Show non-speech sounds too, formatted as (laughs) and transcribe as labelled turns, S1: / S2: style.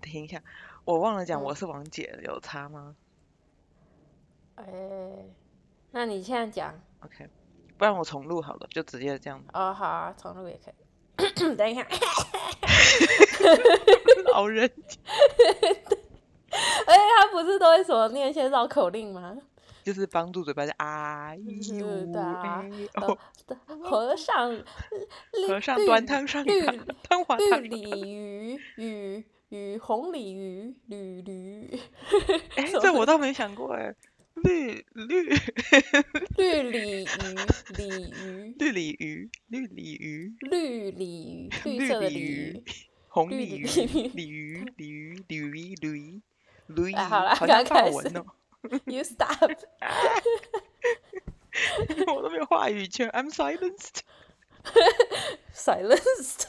S1: 听一下。我忘了讲
S2: 嗯
S1: 我是王姐了，有差吗
S2: 哎、那你现在讲
S1: ？OK，不然我重录好了，就直接这样
S2: (laughs) 哦，好啊，重录也可以。等一下，
S1: 老人
S2: 哎、他不是都会说念一些绕口令吗？
S1: 就是帮助嘴巴叫啊
S2: 是
S1: 呦
S2: 的啊
S1: 哎
S2: 都
S1: 哦，
S2: 都和尚
S1: 和尚
S2: 绿
S1: 端汤上
S2: 绿
S1: 塔，端花汤
S2: 绿。鲤鱼与与红鲤鱼鲤驴
S1: 哎，
S2: 什
S1: 这
S2: 么
S1: 我倒没想过哎，绿绿
S2: 绿鲤鱼鲤鱼
S1: 绿鲤鱼，绿鲤鱼，
S2: 绿鲤鱼绿
S1: 绿
S2: 色的
S1: 鲤
S2: 鲤
S1: 鱼
S2: 鱼。
S1: 红
S2: 绿
S1: 鲤鱼，
S2: 鲤鱼
S1: 鲤鱼，
S2: (laughs)
S1: 鲤鱼，鲤鱼，鲤鱼，驴，
S2: 哎好啦
S1: 好像
S2: 刚开
S1: 法文
S2: 始
S1: 哦， (laughs)
S2: You stop！
S1: 我都没有话语权，I'm silenced。
S2: silenced